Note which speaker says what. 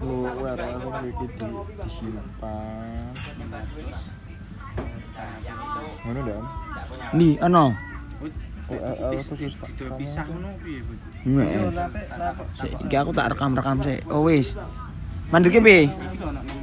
Speaker 1: lu arek wong iki di, disimpan ngono dong
Speaker 2: Ndi ono?
Speaker 1: Eh, khusus tak-
Speaker 3: Didol pisah ngono piye, Bu?
Speaker 2: Iya. Sik, Iki aku tak rekam-rekam sik. Oh wis. Mandeke
Speaker 3: Iki
Speaker 2: piye?
Speaker 3: lho anak nang